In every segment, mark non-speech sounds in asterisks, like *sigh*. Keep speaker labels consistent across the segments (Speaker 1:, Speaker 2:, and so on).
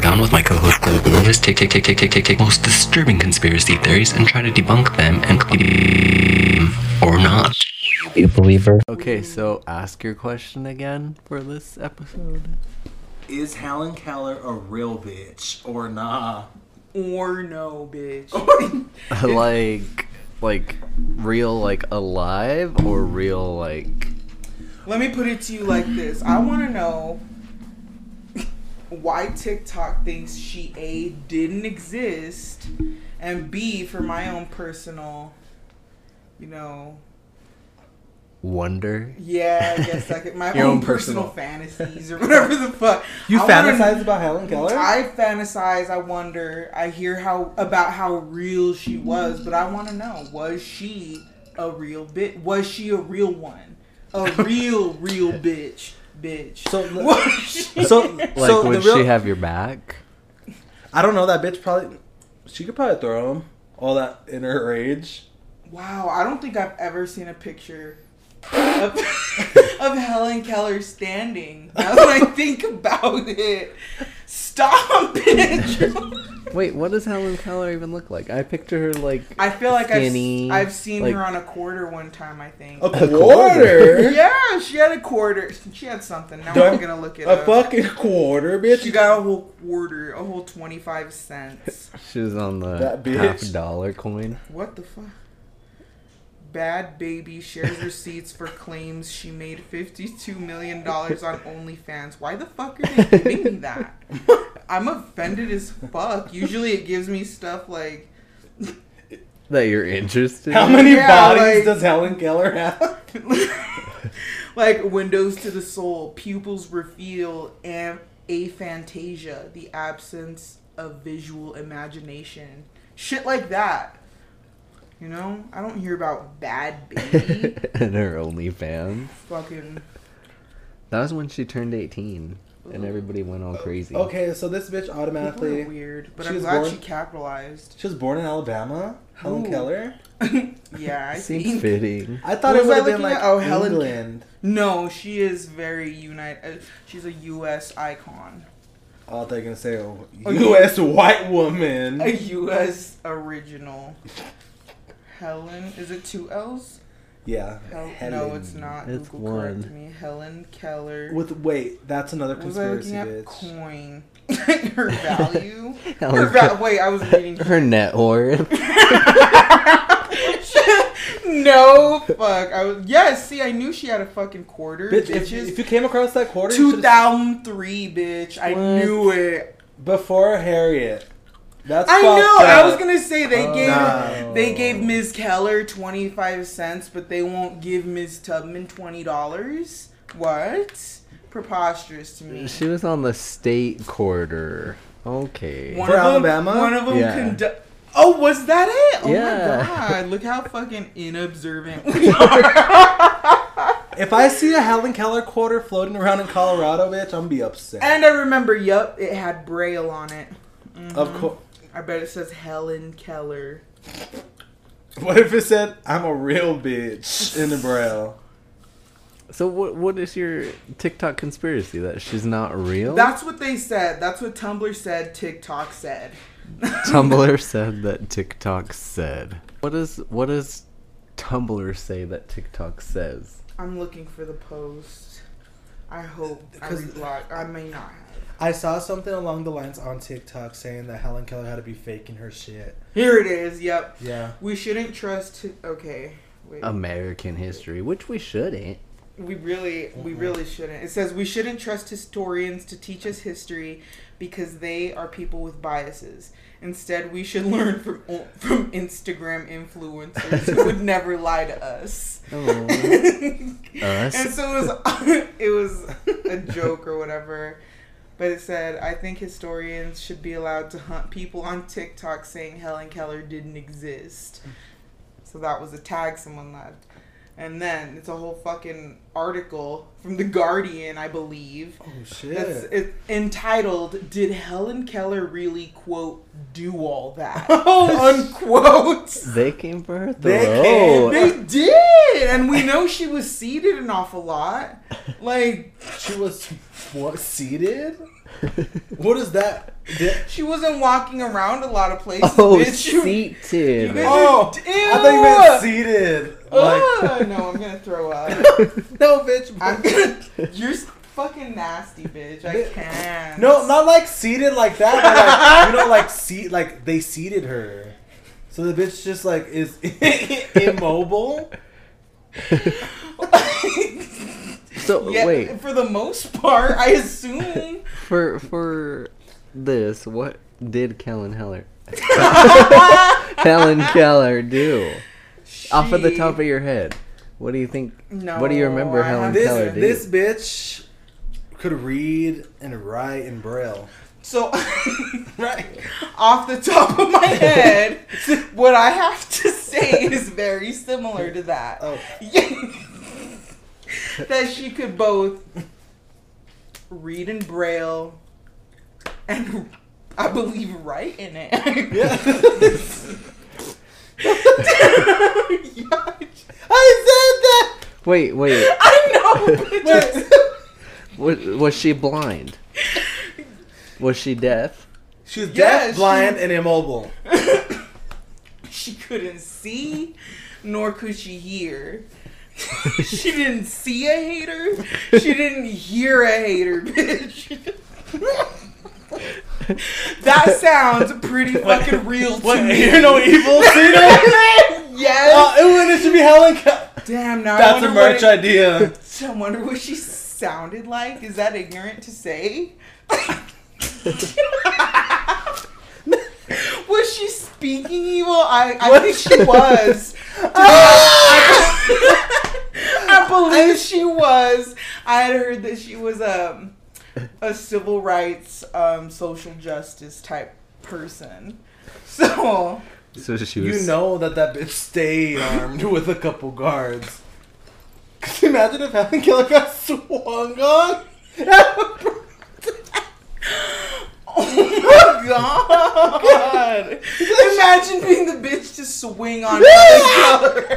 Speaker 1: down with my co-host David Lewis, take take take take take take take most disturbing conspiracy theories and try to debunk them and or not.
Speaker 2: You believer?
Speaker 3: Okay, so ask your question again for this episode.
Speaker 4: Is Helen Keller a real bitch or nah?
Speaker 5: Or no, bitch.
Speaker 3: like, like real, like alive or real, like
Speaker 5: Let me put it to you like this. I
Speaker 4: Mm-hmm.
Speaker 5: want to know why TikTok thinks she A didn't exist and B for my own personal you know,
Speaker 3: wonder.
Speaker 5: yeah, I guess like my
Speaker 4: *laughs* Your
Speaker 5: own
Speaker 4: own
Speaker 5: personal,
Speaker 4: personal.
Speaker 5: fantasies or whatever the fuck.
Speaker 4: *laughs* You
Speaker 5: I wanna-
Speaker 4: fantasize about Helen Keller?
Speaker 5: I fantasize, I wonder, I hear how about how real she was, but I want to know was she a real bit? Was she a real one?
Speaker 4: *laughs*
Speaker 5: A real real bitch, bitch. *laughs*
Speaker 4: So-
Speaker 5: was she?
Speaker 4: so,
Speaker 3: Like,
Speaker 4: so
Speaker 3: would
Speaker 4: the real,
Speaker 3: she have your back?
Speaker 4: I don't know. That bitch probably. She could probably throw him. All that in her rage.
Speaker 5: wow, I don't think I've ever seen a picture
Speaker 3: *laughs*
Speaker 5: of, of Helen Keller standing. Now that I think about it, stop, bitch.
Speaker 3: *laughs* Wait, what does Helen Keller even look like? I picture her like
Speaker 5: I feel like I've,
Speaker 3: Skinny,
Speaker 5: I've seen
Speaker 3: like-
Speaker 5: her on a quarter one time. I think.
Speaker 4: A
Speaker 3: quarter.
Speaker 4: quarter.
Speaker 5: *laughs* Yeah, she had a quarter. She had something. Now
Speaker 4: Done.
Speaker 5: I'm gonna look it
Speaker 4: A
Speaker 5: up.
Speaker 4: fucking quarter, bitch.
Speaker 5: She got a whole quarter, a whole twenty-five cents.
Speaker 3: she was on the
Speaker 4: That bitch.
Speaker 3: half dollar coin.
Speaker 5: What the fuck? Bad baby shares receipts for claims she made fifty-two million dollars on OnlyFans. Why the fuck are they giving me that? I'm offended as fuck. Usually it gives me stuff like *laughs*
Speaker 3: That you're interested.
Speaker 4: How
Speaker 3: in?
Speaker 4: many
Speaker 5: Yeah,
Speaker 4: bodies
Speaker 5: like-
Speaker 4: does Helen Keller
Speaker 3: *laughs*
Speaker 4: have?
Speaker 5: like windows to the soul, pupils reveal am- aphantasia, the absence of visual imagination. Shit like that. You know? I don't hear about bad
Speaker 3: *laughs*
Speaker 5: baby.
Speaker 3: and her OnlyFans.
Speaker 5: Fucking
Speaker 3: That was when she turned 18, and everybody went all crazy.
Speaker 4: Okay, so this bitch
Speaker 5: people
Speaker 4: automatically.
Speaker 5: are weird. But
Speaker 4: She
Speaker 5: I'm
Speaker 4: was
Speaker 5: glad
Speaker 4: born-
Speaker 5: she
Speaker 4: *laughs*
Speaker 5: capitalized. *laughs*
Speaker 4: She was born in Alabama. Helen
Speaker 5: Who?
Speaker 4: Keller.
Speaker 5: yeah, I
Speaker 3: Seems
Speaker 5: think.
Speaker 3: fitting.
Speaker 4: I thought
Speaker 5: What
Speaker 4: it
Speaker 5: was I
Speaker 4: would have
Speaker 5: looking
Speaker 4: been like
Speaker 5: at? Oh, Helen-
Speaker 4: England.
Speaker 5: No, she is very United. Uh, she's a U.S. icon.
Speaker 4: Oh, I thought you were gonna say oh,
Speaker 5: Okay.
Speaker 4: U.S. white woman.
Speaker 5: A U.S. original. Helen. Is it two L's?
Speaker 4: Yeah.
Speaker 5: Hel-
Speaker 4: Helen.
Speaker 5: No, it's not.
Speaker 3: It's
Speaker 5: Google correct
Speaker 3: one.
Speaker 5: me. Helen Keller.
Speaker 4: With wait, that's another
Speaker 5: What was I looking
Speaker 4: conspiracy,
Speaker 5: at?
Speaker 4: bitch.
Speaker 5: Coin. *laughs* her value. her
Speaker 3: Helen
Speaker 5: va-
Speaker 3: Keller.
Speaker 5: wait, I was reading.
Speaker 3: Her net worth.
Speaker 5: *laughs*
Speaker 3: *laughs*
Speaker 5: no, fuck. I was. Yes. See, I knew she had a fucking quarter.
Speaker 4: Bitch, if,
Speaker 5: bitches.
Speaker 4: if you came across that quarter, you
Speaker 5: Two
Speaker 4: should've-
Speaker 5: thousand three, bitch. I
Speaker 3: What?
Speaker 5: knew it.
Speaker 4: before Harriet. That's
Speaker 5: I
Speaker 4: fucked
Speaker 5: know. I
Speaker 4: up.
Speaker 5: was gonna say they gave
Speaker 4: no.
Speaker 5: they gave Ms. Keller twenty five cents, but they won't give Ms. Tubman twenty dollars. What? Preposterous to me.
Speaker 3: she was on the state quarter. Okay.
Speaker 5: One
Speaker 4: For
Speaker 5: of Them,
Speaker 4: Alabama?
Speaker 5: one of them
Speaker 3: Yeah.
Speaker 5: condu- Oh, was that it? Oh
Speaker 3: Yeah.
Speaker 5: my god! Look how fucking inobservant we are.
Speaker 4: If I see a Helen Keller quarter floating around in Colorado, bitch, I'm gonna be upset.
Speaker 5: and I remember, yup, it had braille on it.
Speaker 4: of course.
Speaker 5: I bet it says Helen Keller.
Speaker 4: What if it said, "I'm a real bitch" in the braille?
Speaker 3: So what? What is your TikTok conspiracy that she's not real?
Speaker 5: That's what they said. That's what Tumblr said. TikTok said.
Speaker 3: Tumblr said that TikTok said. What does what does Tumblr say that TikTok says?
Speaker 5: *laughs* I'm looking for the post. I hope I
Speaker 4: Because-
Speaker 5: reblog. I may not have.
Speaker 4: I saw something along the lines on TikTok saying that Helen Keller had to be faking her shit.
Speaker 5: Here it is. Yep.
Speaker 4: Yeah.
Speaker 5: We shouldn't trust. T- okay. Wait.
Speaker 3: Um, American history, which
Speaker 5: *laughs*
Speaker 3: we shouldn't.
Speaker 5: We really, we really shouldn't. It says we shouldn't trust historians to teach us history because they are people with biases. Instead, we should learn from *laughs* from Instagram influencers who would never lie to us.
Speaker 3: Oh,
Speaker 5: *laughs* and
Speaker 3: us.
Speaker 5: so it was, *laughs* it was a joke or whatever. But it said, I think historians should be allowed to hunt people on TikTok saying Helen Keller didn't exist. So that was a tag someone left. And then it's a whole fucking article from The Guardian, I believe.
Speaker 4: Oh
Speaker 5: That's
Speaker 4: shit.
Speaker 5: it's entitled "Did Helen Keller really quote do all that?" *laughs* unquote.
Speaker 3: They came for her
Speaker 4: They
Speaker 3: throat.
Speaker 5: They did, and we know she was seated an awful lot. Like
Speaker 4: She was what seated? What is that? Di-
Speaker 5: She wasn't walking around a lot of places.
Speaker 3: *laughs* oh,
Speaker 5: bitch. You- You
Speaker 3: seated.
Speaker 5: guys
Speaker 4: Oh,
Speaker 5: are,
Speaker 4: I thought you meant seated.
Speaker 5: *laughs*
Speaker 4: Like,
Speaker 5: Ugh, no, I'm gonna throw up.
Speaker 4: no, bitch.
Speaker 5: I'm gonna. You're s- fucking nasty, bitch. I can't. *laughs*
Speaker 4: *laughs* No, not like seated like that. But like, you know, like seat, like they seated her. So the bitch just like is *laughs* immobile.
Speaker 3: So
Speaker 5: Yeah,
Speaker 3: wait
Speaker 5: For the most part, I assume.
Speaker 3: for for this. What did Kellen Heller, Helen Keller, do? Off of the
Speaker 5: she-
Speaker 3: top of your head, what do you think?
Speaker 5: No,
Speaker 3: what do you remember
Speaker 5: I
Speaker 3: Helen
Speaker 5: haven't-
Speaker 4: This
Speaker 3: Keller did?
Speaker 4: this bitch could read and write in braille.
Speaker 5: So, *laughs* right off the top of my head, what I have to say is very similar to that.
Speaker 4: Oh.
Speaker 5: *laughs* that she could both read in braille and I believe write in it.
Speaker 4: Yeah.
Speaker 5: *laughs* Yeah, I said that.
Speaker 3: Wait, wait.
Speaker 5: I know. But it just-
Speaker 3: Was, was she blind? Was she deaf?
Speaker 4: She's
Speaker 5: Yeah,
Speaker 4: deaf,
Speaker 5: she-
Speaker 4: blind, and immobile.
Speaker 5: *coughs* she couldn't see, nor could she hear. *laughs* she didn't see a hater. She didn't hear a hater, *laughs* bitch. that sounds pretty fucking real to me.
Speaker 4: Hear *laughs* no evil, see no.
Speaker 5: *laughs* yes.
Speaker 4: Uh, ooh, and it should be Helen. Keller.
Speaker 5: Damn. Now
Speaker 4: That's
Speaker 5: I
Speaker 4: a
Speaker 5: wonder
Speaker 4: merch
Speaker 5: what it-
Speaker 4: idea. *laughs*
Speaker 5: *laughs* I wonder what she sounded like. Is that ignorant to say? *laughs* was she speaking evil? I, I think she was. Dude, I, *laughs* I believe she was. I had heard that she was um, a civil rights, um, social justice type person. So
Speaker 3: So she
Speaker 4: You know that that bitch stayed armed *laughs* with a couple guards. Cause imagine if Helen Keller got swung on. *laughs*
Speaker 5: Oh my god! Imagine being the bitch to swing
Speaker 4: *laughs*
Speaker 5: on Helen Keller.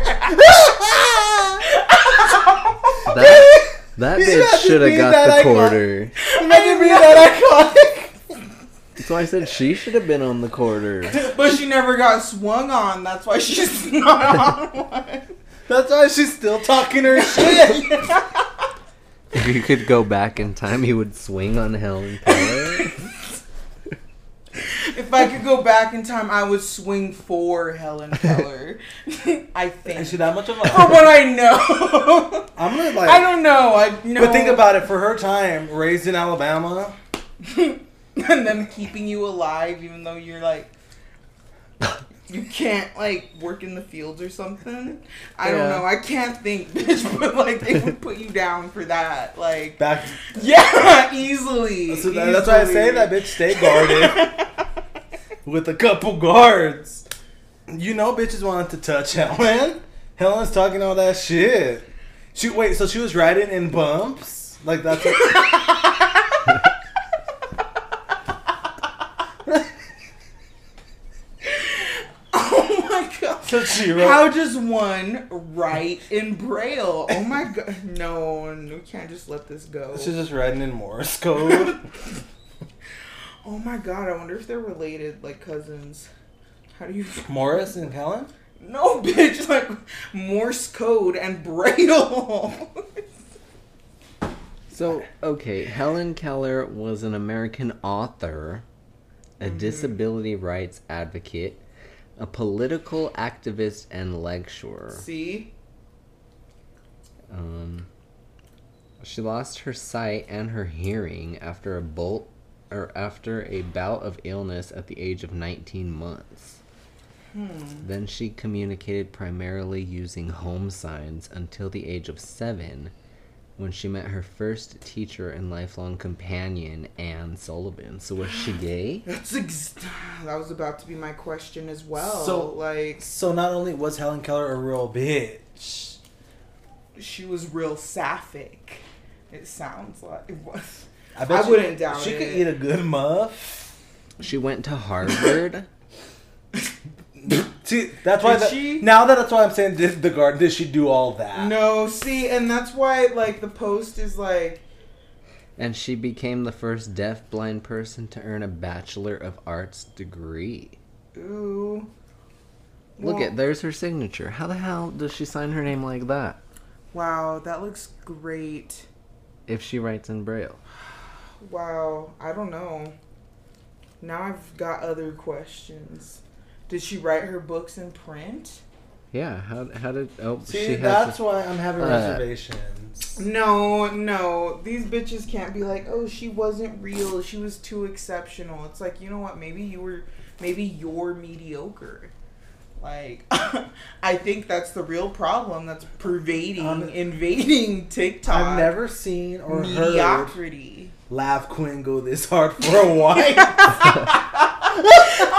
Speaker 3: that, that
Speaker 4: You should have
Speaker 3: bitch should have
Speaker 4: seen
Speaker 3: got
Speaker 4: that
Speaker 3: the
Speaker 4: icon.
Speaker 3: quarter.
Speaker 4: Imagine being *laughs* that iconic.
Speaker 3: So I said she should have been on the quarter.
Speaker 5: but she never got swung on. That's why she's not on one.
Speaker 4: That's why she's still talking *laughs* her shit.
Speaker 3: If you could go back in time, you would swing on Helen Keller.
Speaker 5: If I could go back in time, I would swing for Helen
Speaker 4: *laughs*
Speaker 5: Keller. I
Speaker 4: Is
Speaker 5: think.
Speaker 4: she that much of
Speaker 5: From
Speaker 4: a?
Speaker 5: what I know,
Speaker 4: *laughs* I'm gonna like.
Speaker 5: I don't know. I know.
Speaker 4: But think about it. For her time, raised in Alabama,
Speaker 5: *laughs* and them keeping you alive even though you're like you can't like work in the fields or something. I don't
Speaker 3: Yeah.
Speaker 5: know. I can't think, *laughs* bitch. But like they would put you down for that. Like
Speaker 4: back.
Speaker 5: yeah, easily.
Speaker 4: So that- that's why I say that bitch stayed guarded. with a couple guards. You know, bitches wanted to touch Helen. Helen's talking all that shit. She wait, so she was riding in bumps, like that's.
Speaker 5: *laughs*
Speaker 4: What,
Speaker 5: *laughs* oh my god.
Speaker 4: so she rode.
Speaker 5: How does one write in braille? Oh my *laughs* god. No, we can't just let this go.
Speaker 4: She's just riding in
Speaker 5: *laughs*
Speaker 4: Morse code.
Speaker 5: Oh my god. I wonder if they're related, like cousins. How do you
Speaker 4: Morris and Helen.
Speaker 5: No, bitch, like Morse code and Braille.
Speaker 3: *laughs* So, okay, Helen Keller was an American author, a disability rights advocate, a political activist, and lecturer.
Speaker 5: See?
Speaker 3: Um, she lost her sight and her hearing after a bolt or after a bout of illness at the age of 19 months. Then she communicated primarily using home signs until the age of seven, when she met her first teacher and lifelong companion, Anne Sullivan. So was she gay?
Speaker 5: That's ex- that was about to be my question as well. So
Speaker 4: So-
Speaker 5: like
Speaker 4: So not only was Helen Keller a real bitch,
Speaker 5: she was real sapphic. It sounds like *laughs* it was.
Speaker 4: I
Speaker 5: I
Speaker 4: she-
Speaker 5: wouldn't doubt
Speaker 4: She could
Speaker 5: it.
Speaker 4: eat a good muff.
Speaker 3: She went to Harvard.
Speaker 4: See, that's why.
Speaker 5: Did
Speaker 4: that-
Speaker 5: she?
Speaker 4: Now that that's why I'm saying did the guard
Speaker 3: Ah.
Speaker 4: did she do all that?
Speaker 5: No, see, and that's why like the post is like
Speaker 3: and she became the first deaf-blind person to earn a Bachelor of Arts degree.
Speaker 5: Ooh.
Speaker 3: Look
Speaker 5: Well,
Speaker 3: at there's her signature. How the hell does she sign her name like that
Speaker 5: Wow, that looks great.
Speaker 3: if she writes in braille?
Speaker 5: Wow, I don't know. Now I've got other questions. Did she write her books in print?
Speaker 3: Yeah, how how did oh
Speaker 4: See,
Speaker 3: she
Speaker 4: that's
Speaker 3: has a,
Speaker 4: why I'm having
Speaker 3: Uh,
Speaker 4: reservations.
Speaker 5: No, no. These bitches can't be like, oh, she wasn't real. She was too exceptional. It's like, you know what? Maybe you were, maybe you're mediocre. Like, *laughs* I think that's the real problem that's pervading,
Speaker 4: I'm-
Speaker 5: invading TikTok.
Speaker 4: I've never seen or heard
Speaker 5: mediocrity.
Speaker 4: Lav Quinn go this hard for
Speaker 5: *laughs*
Speaker 4: a wife.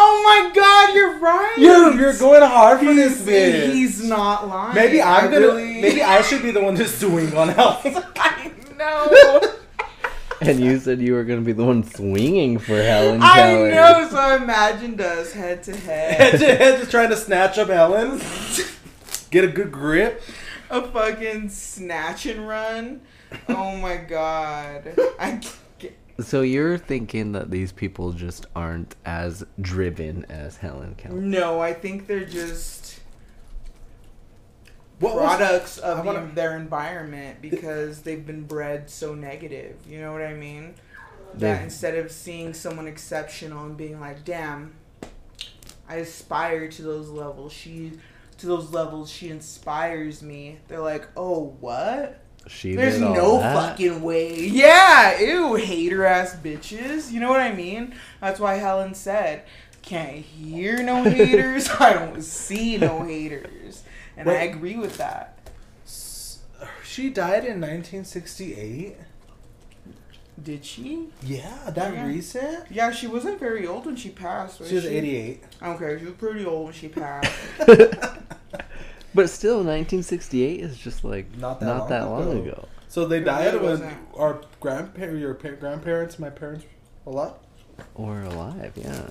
Speaker 5: Oh my god, you're right.
Speaker 4: Dude, you're going hard for this bitch.
Speaker 5: He's not lying.
Speaker 4: maybe I'm
Speaker 5: I
Speaker 4: gonna.
Speaker 5: really-
Speaker 4: Maybe I should be the one that's suing on health.
Speaker 5: *laughs* I
Speaker 4: *laughs*
Speaker 5: know.
Speaker 3: and you said you were gonna be the one swinging for Helen
Speaker 5: I
Speaker 3: Keller.
Speaker 5: know. So imagine us head to
Speaker 4: Head
Speaker 5: head.
Speaker 4: to head, just trying to snatch up Ellen. Get a good grip.
Speaker 5: A fucking snatch and run. Oh my
Speaker 4: *laughs*
Speaker 5: god. I can't.
Speaker 3: So you're thinking that these people just aren't as driven as Helen Keller.
Speaker 5: No, I think they're just
Speaker 4: What was-
Speaker 5: products
Speaker 4: I
Speaker 5: of
Speaker 4: wanna-
Speaker 5: the- their environment because they've been bred so negative. You know what I mean? That
Speaker 3: They've-
Speaker 5: instead of seeing someone exceptional and being like, "Damn, I aspire to those levels," she to those levels she inspires me. They're like, "Oh, what?
Speaker 3: She
Speaker 5: There's
Speaker 3: did all
Speaker 5: no
Speaker 3: that.
Speaker 5: fucking way." Yeah, ew, hater ass bitches. You know what I mean? That's why Helen said, "Can't hear
Speaker 4: *laughs*
Speaker 5: no haters. I don't see no haters," and I
Speaker 4: Wait.
Speaker 5: agree with that.
Speaker 4: S- She died in 1968.
Speaker 5: Did she?
Speaker 4: Yeah, that
Speaker 5: Yeah.
Speaker 4: recent.
Speaker 5: Yeah, she wasn't very old when she passed. Was
Speaker 4: She was 88.
Speaker 5: Okay, she was pretty old when she passed.
Speaker 3: But still, 1968 is just like
Speaker 4: Not
Speaker 3: not
Speaker 4: that
Speaker 3: that,
Speaker 4: long
Speaker 3: long
Speaker 4: ago.
Speaker 3: ago.
Speaker 4: So they
Speaker 5: It
Speaker 4: died
Speaker 5: really
Speaker 4: when
Speaker 5: wasn't.
Speaker 4: our grandparents, your pa- grandparents, my parents, a lot.
Speaker 3: Or alive, yeah.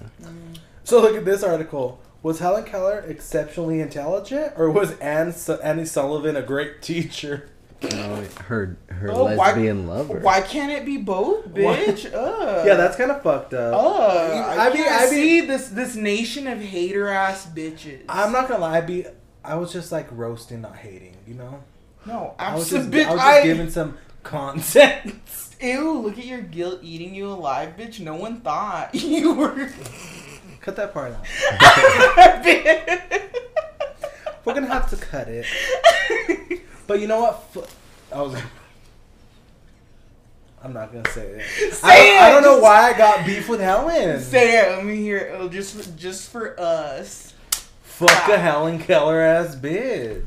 Speaker 4: So look at this article. Was Helen Keller exceptionally intelligent, or was Anne Su- Annie Sullivan a great teacher?
Speaker 3: No, her her
Speaker 5: Oh, why-
Speaker 3: lesbian lover.
Speaker 5: Why can't it be both,
Speaker 4: *laughs*
Speaker 5: bitch? Ugh.
Speaker 4: yeah, that's kind of fucked up.
Speaker 5: Ugh.
Speaker 4: I
Speaker 5: Oh, I,
Speaker 4: mean-
Speaker 5: can't
Speaker 4: I mean-
Speaker 5: see this this nation of hater ass bitches.
Speaker 4: I'm not gonna lie, I be I was just like roasting, not hating. You know,
Speaker 5: No,
Speaker 4: I was
Speaker 5: absolutely.
Speaker 4: just,
Speaker 5: bitch,
Speaker 4: I was just
Speaker 5: I-
Speaker 4: giving some content.
Speaker 5: *laughs* ew, look at your guilt eating you alive, bitch. No one thought *laughs* you were.
Speaker 4: cut that part out.
Speaker 5: bitch.
Speaker 4: We're gonna have to cut it. But you know what? Fu- I was. I'm not gonna say it.
Speaker 5: Say
Speaker 4: I, don't- I
Speaker 5: it!
Speaker 4: don't know
Speaker 5: Just-
Speaker 4: why I got beef with Helen.
Speaker 5: Say it. Let me hear it. Oh, just just for us.
Speaker 4: Fuck a Helen Keller ass bitch.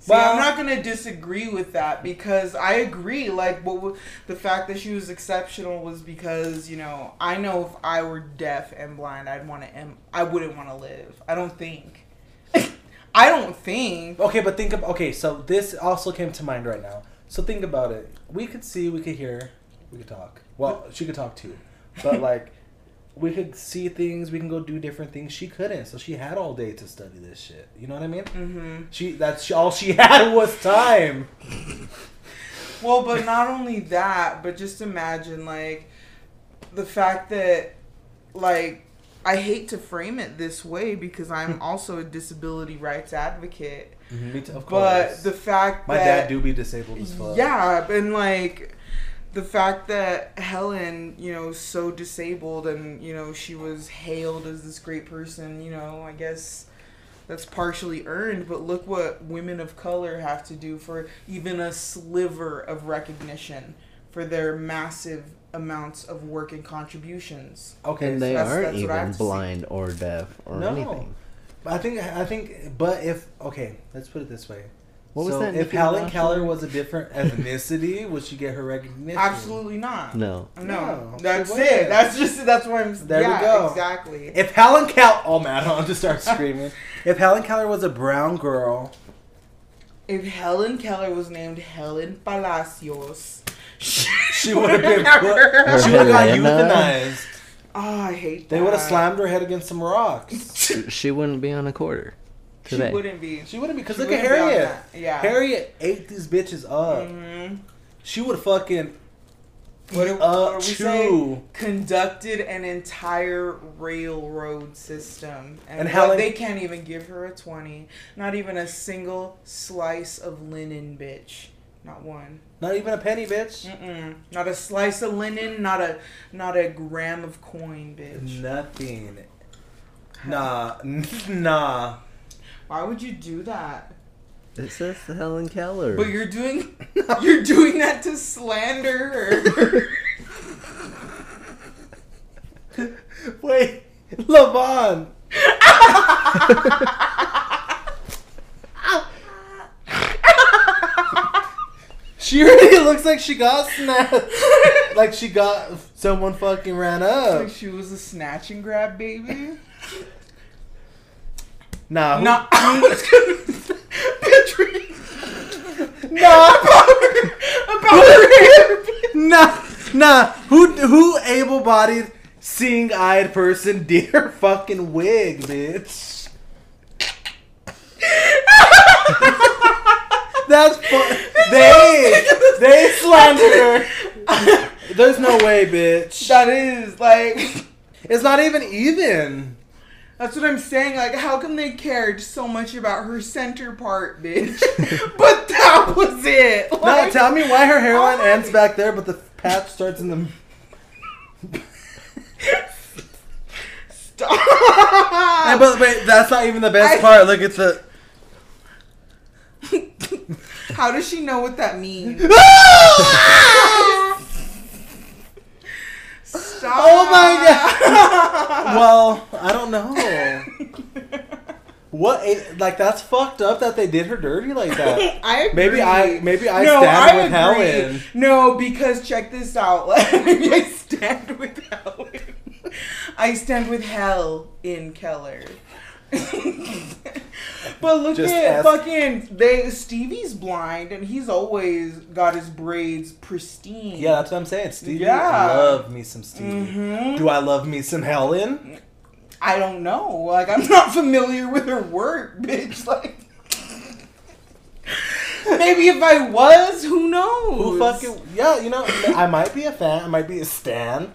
Speaker 5: See,
Speaker 4: Well-
Speaker 5: I'm not gonna disagree with that because I agree. Like, what w- the fact that she was exceptional was because you know I know if I were deaf and blind, I'd want to. Em- I wouldn't want to live. I don't think. *laughs* I don't think.
Speaker 4: Okay, but think of okay. So this also came to mind right now. So think about it. We could see, we could hear, we could talk. Well, she could talk too,
Speaker 5: *laughs*
Speaker 4: but like we could see things. We can go do different things. She couldn't, so she had all day to study this shit. You know what I mean?
Speaker 5: hmm
Speaker 4: She that's all she *laughs* had was time.
Speaker 5: Well, but not only that, but just imagine like the fact that like I hate to frame it this way because
Speaker 4: Hmm.
Speaker 5: I'm also a disability rights advocate,
Speaker 4: Me too, of
Speaker 5: Mm-hmm. but
Speaker 4: course.
Speaker 5: the fact
Speaker 4: my
Speaker 5: that
Speaker 4: dad do be disabled as fuck.
Speaker 5: Yeah, and like the fact that Helen, you know, is so disabled and, you know, she was hailed as this great person, you know, I guess that's partially earned, but look what women of color have to do for even a sliver of recognition for their massive amounts of work and contributions.
Speaker 4: Okay.
Speaker 3: And they
Speaker 5: that's-
Speaker 3: aren't
Speaker 5: that's what I have
Speaker 3: even
Speaker 5: to see.
Speaker 3: blind or deaf or
Speaker 4: No.
Speaker 3: anything.
Speaker 4: But I think I think but if okay, let's put it this way.
Speaker 3: What was
Speaker 4: so
Speaker 3: that
Speaker 4: if
Speaker 3: Nicki
Speaker 4: Helen
Speaker 3: Minaj
Speaker 4: Keller
Speaker 3: song?
Speaker 4: was a
Speaker 3: *laughs*
Speaker 4: different ethnicity, would she get her recognition?
Speaker 5: Absolutely not.
Speaker 3: No.
Speaker 5: No.
Speaker 4: No,
Speaker 5: that's
Speaker 4: she
Speaker 5: it.
Speaker 4: wouldn't.
Speaker 5: That's just that's what I'm
Speaker 4: There we
Speaker 5: yeah,
Speaker 4: go.
Speaker 5: Exactly.
Speaker 4: If Helen Keller, oh man, *laughs* I'll just start
Speaker 3: *laughs*
Speaker 4: screaming. if Helen Keller was a brown girl,
Speaker 5: If Helen Keller was named Helen Palacios, *laughs*
Speaker 4: she would have been
Speaker 5: Never.
Speaker 4: put, she would have got
Speaker 3: Helena.
Speaker 4: euthanized.
Speaker 5: oh, I hate that.
Speaker 4: They would have slammed her head against some rocks.
Speaker 3: She- She wouldn't be on a quarter today.
Speaker 5: She wouldn't be.
Speaker 4: She wouldn't because
Speaker 5: She
Speaker 4: look at
Speaker 5: wouldn't be on
Speaker 4: Harriet.
Speaker 5: that. Mm. Yeah.
Speaker 4: Harriet ate these bitches up.
Speaker 5: Mhm.
Speaker 4: She would fucking
Speaker 5: What do-
Speaker 4: up
Speaker 5: what are we
Speaker 4: to.
Speaker 5: saying? Conducted an entire railroad system, and, what-
Speaker 4: And Helen-
Speaker 5: they can't even give her a twenty. Not even a single slice of linen, bitch. Not one.
Speaker 4: Not even a penny, bitch.
Speaker 5: Mm-mm. Not a slice of linen. Not a not a gram of coin, bitch. *laughs*
Speaker 4: Nothing. Nah, *laughs* nah.
Speaker 5: Why would you do that?
Speaker 3: It says Helen Keller.
Speaker 5: But you're doing *laughs* you're doing that to slander her. *laughs*
Speaker 4: Wait, Levon. she already looks like she got snapped. Like she got someone fucking ran up.
Speaker 5: like she was a snatch and grab baby.
Speaker 4: Nah,
Speaker 5: *laughs*
Speaker 4: who-
Speaker 5: Nah, I'm just gonna picture
Speaker 4: nah,
Speaker 5: about her.
Speaker 4: nah, nah. Who who able-bodied, seeing-eyed person did her fucking wig, bitch? That's fu- they they slandered
Speaker 5: *laughs*
Speaker 4: her. There's no way, bitch.
Speaker 5: That is like
Speaker 4: It's not even even.
Speaker 5: that's what I'm saying. Like, how come they cared so much about her center part, bitch? *laughs* but that was it.
Speaker 4: Now
Speaker 5: Like,
Speaker 4: tell me why her hairline
Speaker 5: Oh.
Speaker 4: ends back there, but the patch starts in the.
Speaker 5: stop.
Speaker 4: Hey, but wait, that's not even the best
Speaker 5: I-
Speaker 4: part. Look
Speaker 5: *laughs*
Speaker 4: at the.
Speaker 5: How does she know what that means? Stop.
Speaker 4: Oh my god! well, I don't know.
Speaker 5: *laughs*
Speaker 4: What? a- Like that's fucked up that they did her dirty
Speaker 5: *laughs*
Speaker 4: like that.
Speaker 5: I agree.
Speaker 4: Maybe I- maybe I stand with Helen.
Speaker 5: No, because check this out. *laughs* Maybe I stand with Helen. I stand with hell in Keller. *laughs* but look
Speaker 4: Just
Speaker 5: at
Speaker 4: ask-
Speaker 5: fucking they Stevie's blind and he's always got his braids pristine.
Speaker 4: Yeah, that's what I'm saying. Stevie,
Speaker 5: Yeah.
Speaker 4: love me some Stevie.
Speaker 5: Mhm.
Speaker 4: Do I love me some Helen?
Speaker 5: I don't know. Like I'm not familiar with her work, bitch. Like *laughs* maybe if I was, who knows?
Speaker 4: Who fucking? Yeah, *coughs* you know, I might be a fan. I might be a *laughs* stan.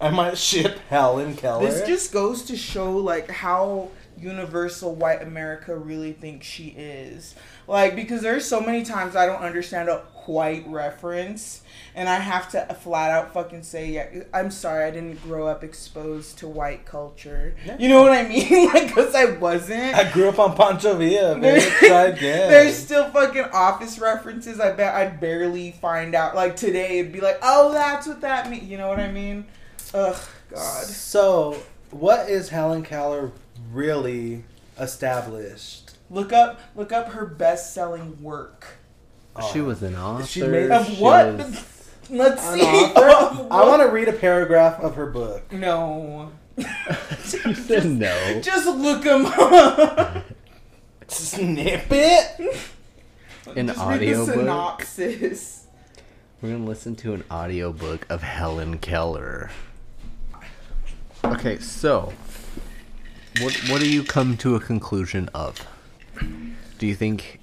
Speaker 4: I might ship Helen Keller.
Speaker 5: This just goes to show like how universal white America really thinks she is. Like because there's so many times I don't understand a white reference and I have to flat out fucking say yeah, I'm sorry I didn't grow up exposed to white culture.
Speaker 4: Yeah.
Speaker 5: You know what I mean? *laughs* like cuz I wasn't. *laughs*
Speaker 4: I grew up on Pancho *laughs* Villa, bitch. I guess.
Speaker 5: There's still fucking office references. I bet I'd barely find out. Like today, it'd be like, oh, that's what that means. You know what I mean? Ugh, God.
Speaker 4: So, what is Helen Keller really established?
Speaker 5: Look up, look up her best-selling work.
Speaker 3: she was an author.
Speaker 4: She made-
Speaker 5: Of
Speaker 3: she *laughs*
Speaker 5: what?
Speaker 3: was-
Speaker 5: Let's
Speaker 4: an *laughs*
Speaker 5: see. *laughs*
Speaker 4: author. I want to read a paragraph of her book.
Speaker 5: to. No.
Speaker 3: She said no.
Speaker 5: Just look them up.
Speaker 4: Snip it.
Speaker 3: An
Speaker 5: Just
Speaker 3: audio
Speaker 5: read the
Speaker 3: book.
Speaker 5: synopsis.
Speaker 3: We're gonna listen to an audiobook of Helen Keller. Okay, so what what do you come to a conclusion of? Do you think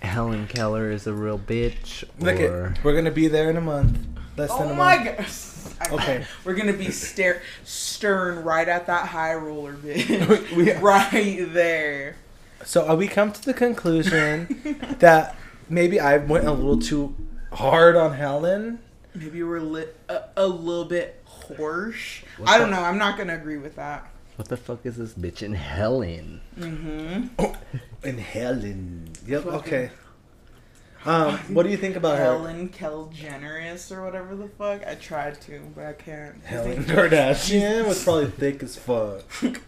Speaker 3: Helen Keller is a real bitch?
Speaker 4: Look
Speaker 3: Or
Speaker 4: it. We're gonna be there in a month. Less than
Speaker 5: Oh
Speaker 4: a
Speaker 5: my
Speaker 4: month.
Speaker 5: god.
Speaker 4: Okay.
Speaker 5: We're gonna be stare stern right at that high roller bitch.
Speaker 4: *laughs* We-
Speaker 5: right there.
Speaker 4: So uh, we come to the conclusion
Speaker 5: *laughs*
Speaker 4: that maybe I went a little too hard on Helen.
Speaker 5: Maybe we're li- a, a little bit harsh.
Speaker 3: What's
Speaker 5: I don't
Speaker 3: that?
Speaker 5: know. I'm not gonna agree with that.
Speaker 3: what the fuck is this bitch in Helen?
Speaker 4: In Helen. Yep. Okay. Um, what do you think about her?
Speaker 5: Helen Kel Generous or whatever the fuck. I tried to, but I can't.
Speaker 4: Helen
Speaker 5: *laughs*
Speaker 4: Kardashian was probably thick as fuck. *laughs*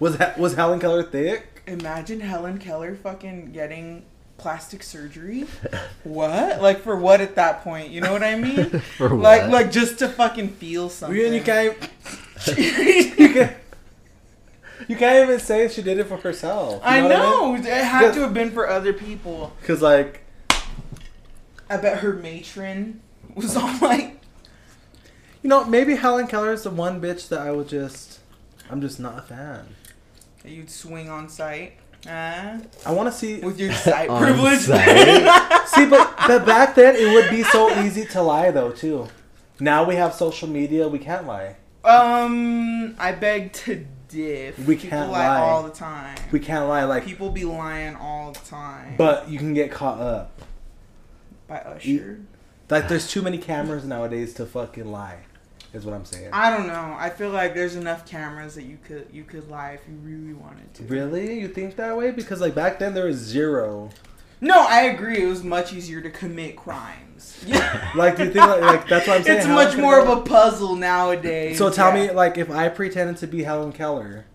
Speaker 4: Was Ha- was Helen Keller thick?
Speaker 5: Imagine Helen Keller fucking getting plastic surgery. what? Like for what at that point? You know what I mean?
Speaker 3: *laughs* For
Speaker 5: like
Speaker 3: what?
Speaker 5: like just to fucking feel something.
Speaker 4: We you can't *laughs*
Speaker 5: *laughs*
Speaker 4: you can't you can't even say she did it for herself. you
Speaker 5: I
Speaker 4: what mean?
Speaker 5: know. It had
Speaker 4: Because-
Speaker 5: to have been for other people.
Speaker 4: Cause like,
Speaker 5: I bet her matron was all *laughs* like,
Speaker 4: you know, maybe Helen Keller is the one bitch that I would just, I'm just not a fan.
Speaker 5: you'd swing on sight. Uh,
Speaker 4: I want to see.
Speaker 5: with your side
Speaker 3: *laughs* On
Speaker 5: privilege.
Speaker 3: site.
Speaker 4: See, but, but back then it would be so easy to lie, though, too. Now we have social media, we can't lie.
Speaker 5: *laughs* um, I beg to diff.
Speaker 4: We
Speaker 5: People
Speaker 4: can't lie.
Speaker 5: all the time.
Speaker 4: We can't lie, like,
Speaker 5: People be lying all the time.
Speaker 4: but you can get caught up.
Speaker 5: by Usher.
Speaker 4: Like, there's too many cameras nowadays to fucking lie, is what I'm saying.
Speaker 5: I don't know. I feel like there's enough cameras that you could you could lie if you really wanted to.
Speaker 4: Really? You think that way? Because, like, back then there was zero.
Speaker 5: No, I agree. It was much easier to commit crimes. *laughs*
Speaker 4: Like, do you think, like, like, that's what I'm saying?
Speaker 5: it's
Speaker 4: how
Speaker 5: much
Speaker 4: could
Speaker 5: more
Speaker 4: I-
Speaker 5: of a puzzle nowadays.
Speaker 4: So tell
Speaker 5: Yeah.
Speaker 4: me, like, if I pretended to be Helen Keller,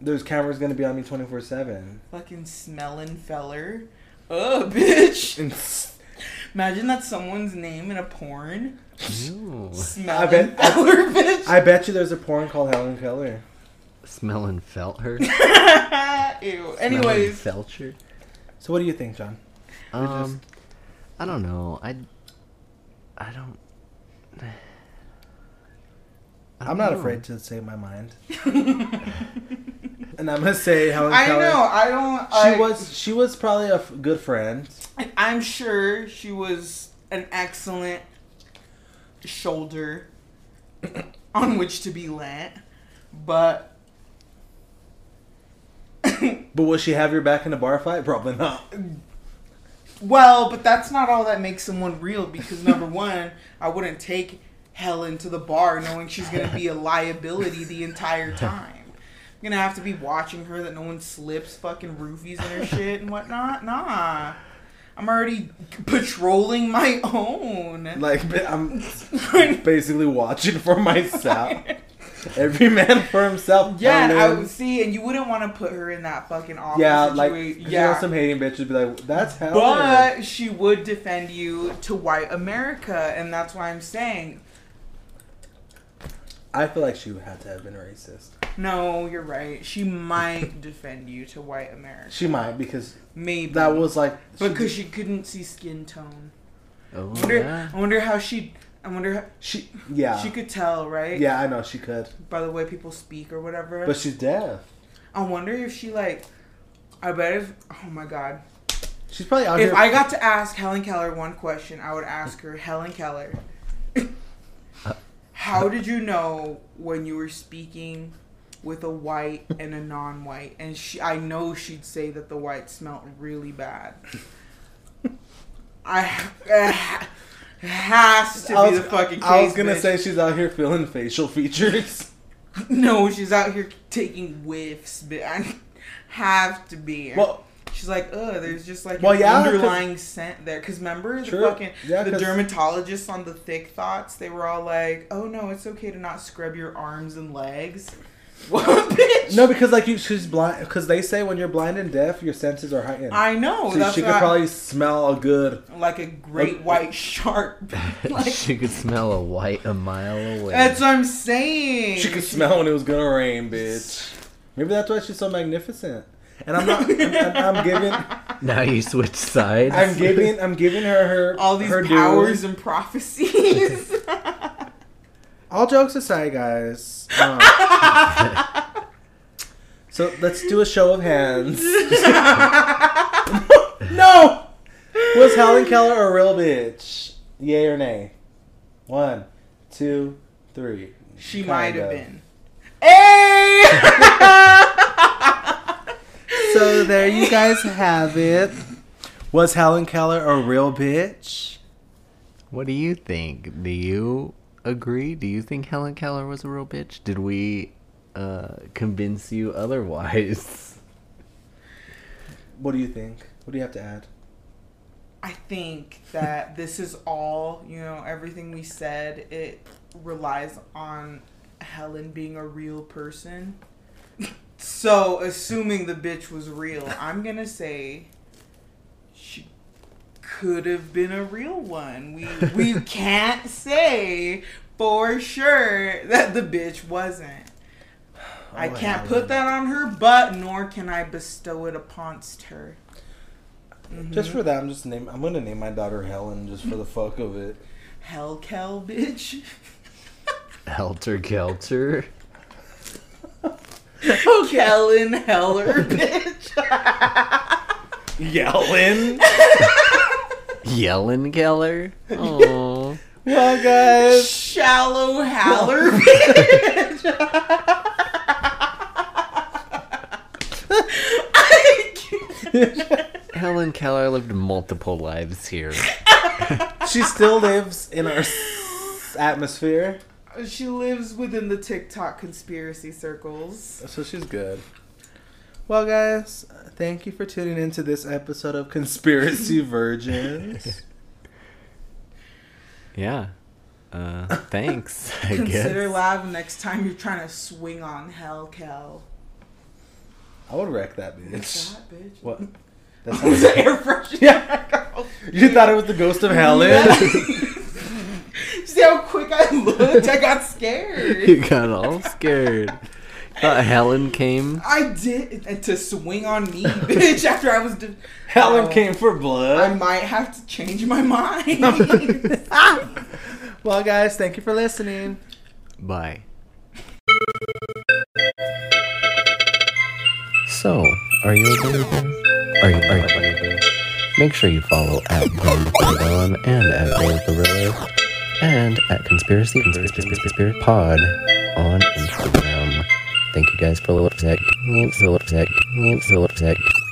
Speaker 4: there's cameras gonna be on me 24 7.
Speaker 5: fucking smelling feller. Ugh, *laughs* bitch.
Speaker 4: And
Speaker 5: Imagine that's someone's name in a porn.
Speaker 3: Ew.
Speaker 5: Smelling
Speaker 4: bet- I-
Speaker 5: feller, *laughs* bitch.
Speaker 4: I bet you there's a porn called Helen Keller.
Speaker 3: Smelling felt
Speaker 5: *laughs*
Speaker 3: her.
Speaker 5: Ew. Anyways,
Speaker 3: Felcher.
Speaker 4: So what do you think, John?
Speaker 3: Um, I don't know. I, I don't. I
Speaker 4: I'm
Speaker 3: don't
Speaker 4: not
Speaker 3: know.
Speaker 4: afraid to say my mind,
Speaker 5: *laughs*
Speaker 4: and I'm gonna say Helen
Speaker 5: I
Speaker 4: Keller.
Speaker 5: know. I don't.
Speaker 4: She
Speaker 5: I,
Speaker 4: was she was probably a f- good friend.
Speaker 5: I'm sure she was an excellent shoulder *coughs* on which to be lent, but
Speaker 4: But will she have your back in a bar fight? Probably not.
Speaker 5: well, but that's not all that makes someone real because number one, I wouldn't take Helen to the bar knowing she's gonna be a liability the entire time. I'm gonna have to be watching her that no one slips fucking roofies in her shit and whatnot. Nah. I'm already patrolling my own.
Speaker 4: Like
Speaker 5: *laughs*
Speaker 4: ba- I'm basically watching for myself. Every man for himself.
Speaker 5: Yeah, and I
Speaker 4: Helen.
Speaker 5: would see, and you wouldn't want to put her in that fucking office.
Speaker 4: Yeah,
Speaker 5: Yeah,
Speaker 4: like you know,
Speaker 5: yeah.
Speaker 4: some hating bitches be like, "That's Helen."
Speaker 5: but she would defend you to white America, and that's why I'm saying,
Speaker 4: I feel like she had to have been racist.
Speaker 5: no, you're right. She
Speaker 4: *laughs*
Speaker 5: might defend you to white America.
Speaker 4: She might because
Speaker 5: Maybe
Speaker 4: that was like
Speaker 5: because she couldn't see skin tone.
Speaker 3: Oh,
Speaker 5: I wonder,
Speaker 3: yeah. *laughs*
Speaker 5: I wonder how she. I wonder how
Speaker 4: she yeah
Speaker 5: she could tell, right?
Speaker 4: yeah I know she could,
Speaker 5: By the way people speak or whatever.
Speaker 4: but she's deaf.
Speaker 5: I wonder if she like. I bet if. Oh my god.
Speaker 4: She's probably out
Speaker 5: If
Speaker 4: here.
Speaker 5: I got to ask Helen Keller one question, I would ask her, Helen Keller,
Speaker 4: *laughs*
Speaker 5: how did you know when you were speaking with a white and a non-white? And she, I know she'd say that the white smelt really bad. I it has to
Speaker 4: I
Speaker 5: be
Speaker 4: was,
Speaker 5: the fucking case.
Speaker 4: I was gonna
Speaker 5: bitch.
Speaker 4: say she's out here feeling
Speaker 5: *laughs*
Speaker 4: facial features.
Speaker 5: no. She's out here taking whiffs, but I have to be.
Speaker 4: Well,
Speaker 5: She's like, ugh, there's just like
Speaker 4: Well,
Speaker 5: an
Speaker 4: yeah, 'cause-
Speaker 5: underlying scent there. Because remember the
Speaker 4: True.
Speaker 5: fucking
Speaker 4: Yeah,
Speaker 5: the
Speaker 4: 'cause-
Speaker 5: dermatologists on the thick thoughts, they were all like, oh no, it's okay to not scrub your arms and legs. *laughs* What, bitch?
Speaker 4: no, because like you, she's blind. Because they say when you're blind and deaf, your senses are heightened.
Speaker 5: I know.
Speaker 4: so
Speaker 5: that's
Speaker 4: she could
Speaker 5: what I-
Speaker 4: probably smell a good.
Speaker 5: like a great
Speaker 4: Uh,
Speaker 5: white
Speaker 4: *laughs*
Speaker 5: shark. *laughs* like,
Speaker 3: she could smell a white a mile away.
Speaker 5: that's what I'm saying.
Speaker 4: She could smell when it was gonna rain, bitch. Maybe that's why she's so magnificent. And I'm not. I'm, I'm, I'm giving.
Speaker 3: now you switch sides.
Speaker 4: I'm giving. I'm giving her her
Speaker 5: all these
Speaker 4: her due.
Speaker 5: powers and
Speaker 4: *laughs*
Speaker 5: prophecies. *laughs*
Speaker 4: All jokes aside, guys. um, so let's do a show of hands. no! Was Helen Keller a real bitch? Yay or nay? One, two, three.
Speaker 5: she
Speaker 4: Kind
Speaker 5: might have
Speaker 4: of.
Speaker 5: been. Hey! *laughs*
Speaker 4: So there you guys have it. Was Helen Keller a real bitch?
Speaker 3: *laughs* What do you think? Do you agree? Do you think Helen Keller was a real bitch? Did we uh, convince you otherwise? *laughs*
Speaker 4: What do you think? What do you have to add?
Speaker 5: I think that this is all, you know, everything we said, it relies on Helen being a real person. So, assuming the bitch was real, I'm going to say she could have been a real one. We we can't say for sure that the bitch wasn't. I
Speaker 4: Oh,
Speaker 5: can't
Speaker 4: Helen.
Speaker 5: put that on her, but nor can I bestow it uponst her.
Speaker 4: Just for that, I'm just name. I'm gonna name my daughter Helen just for the fuck of it.
Speaker 5: Hell, Kel, *laughs* bitch.
Speaker 3: Helter Kelter?
Speaker 5: Kellen Heller, bitch.
Speaker 4: Yelling.
Speaker 3: Yellen Keller. Oh,
Speaker 4: Well, guys.
Speaker 5: Shallow *laughs* Haller, bitch. I can't-
Speaker 3: Helen Keller lived multiple lives here.
Speaker 4: She still lives in our s- atmosphere,
Speaker 5: she lives within the TikTok conspiracy circles.
Speaker 4: so she's good. Well, guys, thank you for tuning into this episode of Conspiracy Virgins.
Speaker 3: Yeah. Uh, thanks. I
Speaker 5: Consider
Speaker 3: guess.
Speaker 5: live next time you're trying to swing on Hell Kel.
Speaker 4: I would wreck that
Speaker 5: What's
Speaker 4: bitch.
Speaker 5: that, bitch? *laughs*
Speaker 4: What? That's
Speaker 5: It was
Speaker 4: *laughs*
Speaker 5: an air freshener. Yeah.
Speaker 4: you thought it was the ghost of Helen?
Speaker 5: Helen. *laughs* See how quick I looked? I got scared.
Speaker 3: *laughs* you got all scared. Thought Helen came.
Speaker 5: I did and to swing on me, bitch. After I was, de-
Speaker 4: *laughs* Helen
Speaker 5: Oh,
Speaker 4: came for
Speaker 5: I
Speaker 4: blood.
Speaker 5: might have to change my mind.
Speaker 4: Well, guys, thank you for listening.
Speaker 3: Bye. So, are you available? Are you, are you available? Make sure you follow at Blonde with the Dawn and at Blonde with the Gorilla and at Conspiracy Conspiracy Pod Um, on Instagram. Thank you guys for listening. Thank you guys for listening.